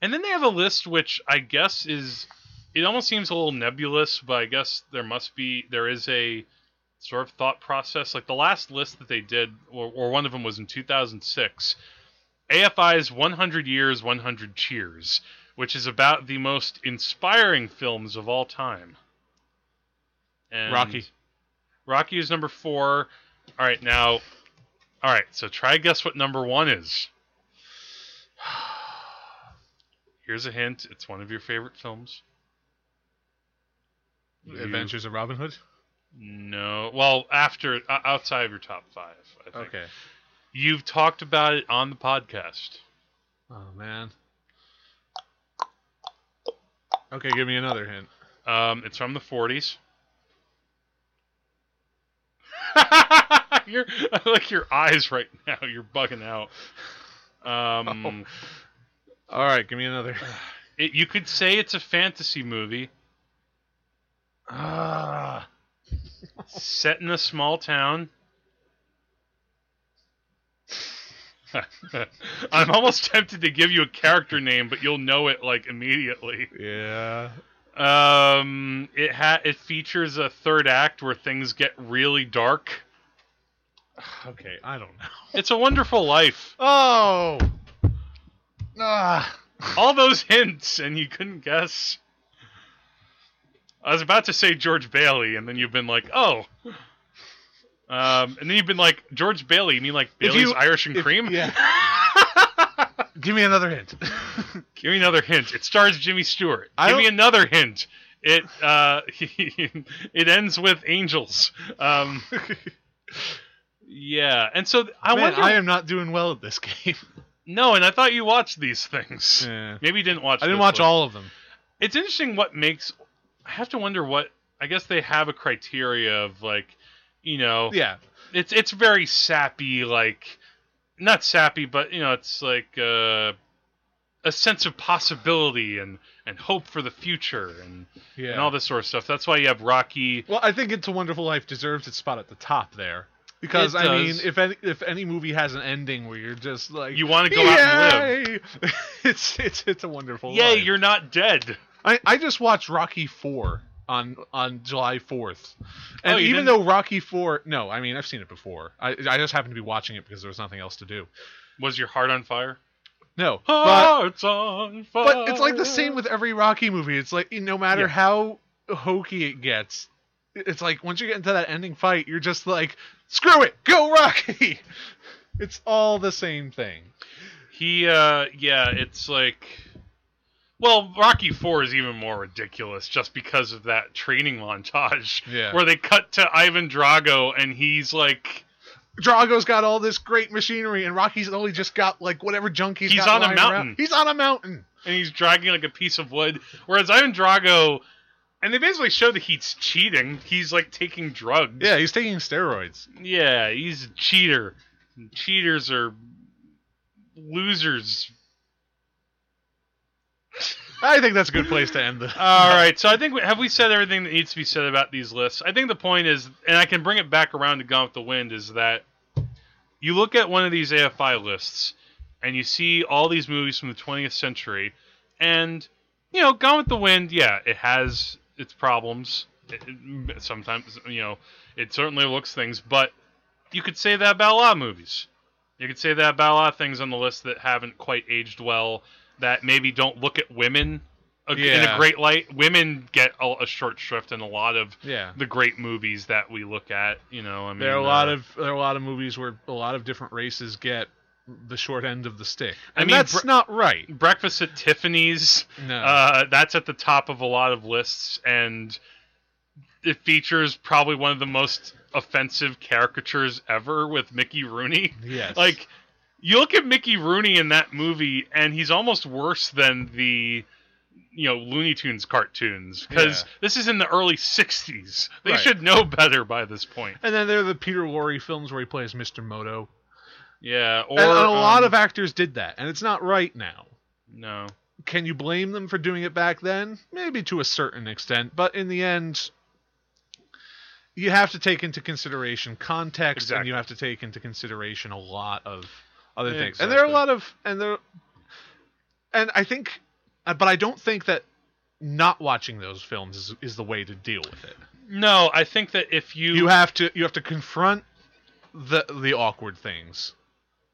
Speaker 3: And then they have a list which I guess is it almost seems a little nebulous, but I guess there must be there is a sort of thought process. Like the last list that they did, or, or one of them was in 2006. AFI's 100 Years, 100 Cheers, which is about the most inspiring films of all time. And
Speaker 4: Rocky.
Speaker 3: Rocky is number four. All right, now, all right. So try guess what number one is. Here's a hint. It's one of your favorite films. You-
Speaker 4: Adventures of Robin Hood.
Speaker 3: No. Well, after o- outside of your top five, I think.
Speaker 4: Okay.
Speaker 3: You've talked about it on the podcast.
Speaker 4: Oh man. Okay, give me another hint.
Speaker 3: Um, it's from the 40s. your like your eyes right now. You're bugging out. Um,
Speaker 4: All right, give me another.
Speaker 3: it, you could say it's a fantasy movie
Speaker 4: Ah.
Speaker 3: set in a small town. I'm almost tempted to give you a character name, but you'll know it like immediately.
Speaker 4: yeah.
Speaker 3: Um, it ha- it features a third act where things get really dark.
Speaker 4: Okay, I don't know.
Speaker 3: It's a Wonderful Life.
Speaker 4: Oh. Ah.
Speaker 3: All those hints, and you couldn't guess. I was about to say George Bailey, and then you've been like, oh. Um, and then you've been like George Bailey. You mean like
Speaker 4: If
Speaker 3: Bailey's
Speaker 4: you-
Speaker 3: Irish and
Speaker 4: If-
Speaker 3: Cream?
Speaker 4: Yeah. Give me another hint.
Speaker 3: Give me another hint. It stars Jimmy Stewart.
Speaker 4: I
Speaker 3: Give me
Speaker 4: don't-
Speaker 3: another hint. It uh, it ends with angels. Um, yeah, and so th- I
Speaker 4: Man,
Speaker 3: wonder.
Speaker 4: I am not doing well at this game.
Speaker 3: No, and I thought you watched these things.
Speaker 4: Yeah.
Speaker 3: Maybe you didn't watch.
Speaker 4: I didn't
Speaker 3: this
Speaker 4: watch
Speaker 3: one.
Speaker 4: all of them.
Speaker 3: It's interesting what makes. I have to wonder what. I guess they have a criteria of like, you know,
Speaker 4: Yeah.
Speaker 3: it's it's very sappy, like not sappy, but you know, it's like uh, a sense of possibility and and hope for the future and
Speaker 4: Yeah.
Speaker 3: and all this sort of stuff. That's why you have Rocky.
Speaker 4: Well, I think It's a Wonderful Life deserves its spot at the top there. Because
Speaker 3: It
Speaker 4: I mean,
Speaker 3: does.
Speaker 4: if any if any movie has an ending where you're just like
Speaker 3: You wanna go out and
Speaker 4: live, it's it's it's a wonderful.
Speaker 3: Yay,
Speaker 4: life.
Speaker 3: you're not dead.
Speaker 4: I, I just watched Rocky Four on on July Fourth, and
Speaker 3: Oh, you
Speaker 4: even
Speaker 3: didn't-
Speaker 4: though Rocky Four, no, I mean I've seen it before. I I just happened to be watching it because there was nothing else to do.
Speaker 3: Was your heart on fire?
Speaker 4: No, but,
Speaker 3: Heart's on fire.
Speaker 4: but it's like the same with every Rocky movie. It's like no matter
Speaker 3: Yeah.
Speaker 4: how hokey it gets, it's like once you get into that ending fight, you're just like screw it, go Rocky. It's all the same thing.
Speaker 3: He, uh, yeah, it's like. Well, Rocky Four is even more ridiculous just because of that training montage
Speaker 4: Yeah.
Speaker 3: where they cut to Ivan Drago and he's like
Speaker 4: Drago's got all this great machinery, and Rocky's only just got like whatever junk he's,
Speaker 3: He's on
Speaker 4: got
Speaker 3: a
Speaker 4: lying around.
Speaker 3: mountain.
Speaker 4: He's on a mountain.
Speaker 3: and he's dragging like a piece of wood. Whereas Ivan Drago, and they basically show that he's cheating. He's like taking drugs.
Speaker 4: Yeah, he's taking steroids.
Speaker 3: Yeah, he's a cheater. Cheaters are losers.
Speaker 4: I think that's a good place to end the.
Speaker 3: All right, so I think we, have we said everything that needs to be said about these lists. I think the point is, and I can bring it back around to Gone with the Wind, is that you look at one of these AFI lists and you see all these movies from the 20th century, and you know, Gone with the Wind, yeah, it has its problems. It- it- sometimes, you know, it certainly looks things, but you could say that about a lot of movies. You could say that about a lot of things on the list that haven't quite aged well, that maybe don't look at women a- in
Speaker 4: Yeah.
Speaker 3: a great light. Women get a, a short shrift in a lot of
Speaker 4: Yeah,
Speaker 3: the great movies that we look at. You know, I mean,
Speaker 4: there are a lot
Speaker 3: uh,
Speaker 4: of there are a lot of movies where a lot of different races get the short end of the stick.
Speaker 3: I
Speaker 4: And
Speaker 3: mean,
Speaker 4: that's
Speaker 3: Br-
Speaker 4: not right.
Speaker 3: Breakfast at Tiffany's.
Speaker 4: No.
Speaker 3: Uh, that's at the top of a lot of lists, and it features probably one of the most offensive caricatures ever with Mickey Rooney.
Speaker 4: yes.
Speaker 3: Like, you look at Mickey Rooney in that movie, and he's almost worse than the, you know, Looney Tunes cartoons because
Speaker 4: Yeah.
Speaker 3: this is in the early '60s. They
Speaker 4: Right.
Speaker 3: should know better by this point.
Speaker 4: and then there are the Peter Lorre films where he plays Mr. Moto.
Speaker 3: Yeah, or
Speaker 4: and, and a lot
Speaker 3: um,
Speaker 4: of actors did that, and it's not right now.
Speaker 3: no.
Speaker 4: Can you blame them for doing it back then? Maybe to a certain extent, but in the end, you have to take into consideration context, and
Speaker 3: Exactly.
Speaker 4: you have to take into consideration a lot of other
Speaker 3: Yeah,
Speaker 4: things. And there are a
Speaker 3: exactly.
Speaker 4: lot of, and there, and I think, uh, but I don't think that not watching those films is, is the way to deal with it.
Speaker 3: No, I think that if you,
Speaker 4: You have to you have to confront the the awkward things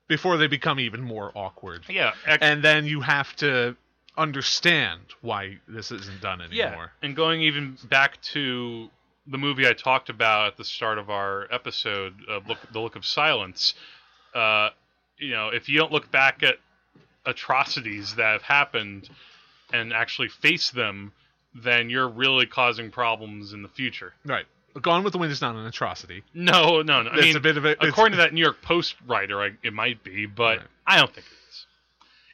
Speaker 4: before they become even more awkward
Speaker 3: yeah, ex-
Speaker 4: and then you have to understand why this isn't done anymore.
Speaker 3: Yeah, and going even back to the movie I talked about at the start of our episode, uh, look, the look of silence. Uh, you know, if you don't look back at atrocities that have happened and actually face them, then you're really causing problems in the future.
Speaker 4: Right. Gone with the Wind is not an atrocity.
Speaker 3: No, no, no. I
Speaker 4: it's
Speaker 3: mean,
Speaker 4: a bit of a it's-
Speaker 3: according to that New York Post writer, I, it might be, but
Speaker 4: Right.
Speaker 3: I don't think it is.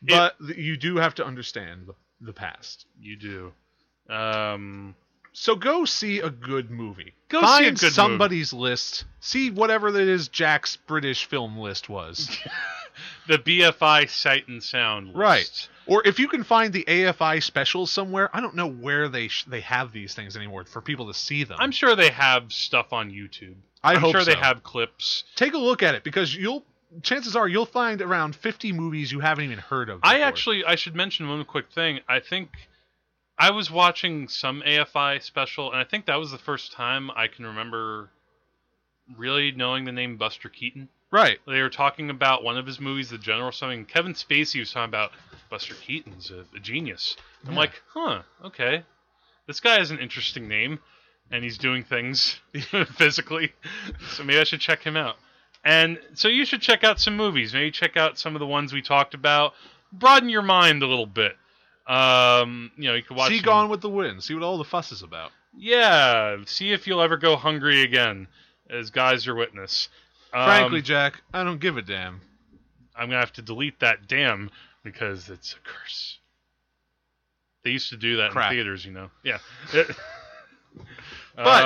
Speaker 4: but th- you do have to understand the, the past.
Speaker 3: You do. Um,
Speaker 4: So go see a good movie.
Speaker 3: Go see a
Speaker 4: Find
Speaker 3: good movie.
Speaker 4: somebody's list. See whatever that is Jack's British film list was.
Speaker 3: the BFI sight and sound. List.
Speaker 4: Right. Or if you can find the AFI specials somewhere, I don't know where they sh- they have these things anymore for people to see them.
Speaker 3: I'm sure they have stuff on YouTube.
Speaker 4: I
Speaker 3: am
Speaker 4: hope
Speaker 3: sure they
Speaker 4: so.
Speaker 3: have clips.
Speaker 4: Take a look at it because you'll chances are you'll find around 50 movies you haven't even heard of.
Speaker 3: I
Speaker 4: before.
Speaker 3: actually I should mention one quick thing. I think I was watching some AFI special and I think that was the first time I can remember really knowing the name Buster Keaton.
Speaker 4: right.
Speaker 3: They were talking about one of his movies, The General or something. Kevin Spacey was talking about Buster Keaton's a, a genius. I'm
Speaker 4: Yeah.
Speaker 3: like, huh, okay. This guy has an interesting name. and he's doing things physically. So maybe I should check him out. And so you should check out some movies. Maybe check out some of the ones we talked about. Broaden your mind a little bit. Um, you know, you could watch.
Speaker 4: See
Speaker 3: some-
Speaker 4: Gone with the Wind. See what all the fuss is about.
Speaker 3: Yeah. See if you'll ever go hungry again, as Guy's your witness. Um,
Speaker 4: Frankly, Jack, I don't give a damn.
Speaker 3: I'm gonna have to delete that damn because it's a curse. They used to do that
Speaker 4: Crap.
Speaker 3: in theaters, you know. Yeah.
Speaker 4: But-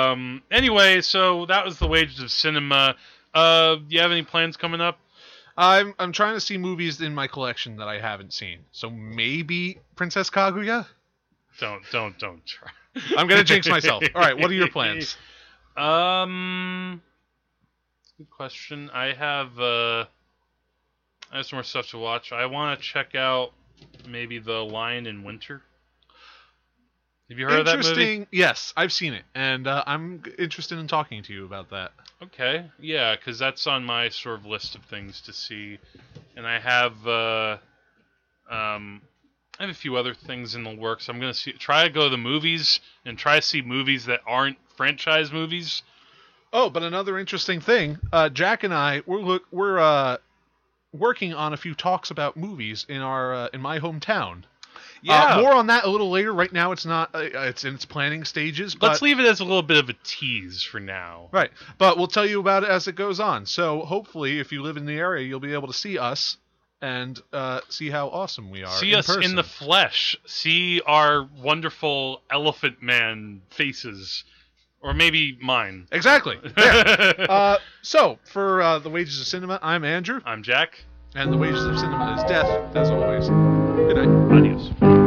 Speaker 3: um, anyway, so that was the wages of cinema. Uh, do you have any plans coming up?
Speaker 4: I'm I'm trying to see movies in my collection that I haven't seen. So maybe Princess Kaguya.
Speaker 3: Don't, don't, don't try.
Speaker 4: I'm gonna jinx myself. All right, what are your plans?
Speaker 3: Um, good question. I have uh, I have some more stuff to watch. I want to check out maybe the Lion in Winter. Have you heard of that movie?
Speaker 4: Interesting. Yes, I've seen it, and uh, I'm g- interested in talking to you about that.
Speaker 3: Okay, yeah, because that's on my sort of list of things to see, and I have uh, um, I have a few other things in the works. I'm gonna see try to go to the movies and try to see movies that aren't franchise movies.
Speaker 4: Oh, but another interesting thing, uh, Jack and I we're look we're uh, working on a few talks about movies in our uh, in my hometown.
Speaker 3: Yeah.
Speaker 4: Uh, more on that a little later. Right now, it's not. Uh, it's in its planning stages. But,
Speaker 3: Let's leave it as a little bit of a tease for now.
Speaker 4: Right, but we'll tell you about it as it goes on. So hopefully, if you live in the area, you'll be able to see us and uh, see how awesome we are.
Speaker 3: See
Speaker 4: in
Speaker 3: us in
Speaker 4: person.
Speaker 3: the flesh. See our wonderful elephant man faces, or maybe mine.
Speaker 4: exactly. Yeah. uh, so for uh, the wages of cinema, I'm Andrew,
Speaker 3: I'm Jack.
Speaker 4: and the wages of cinema is death, as always. Good night.
Speaker 3: Adios.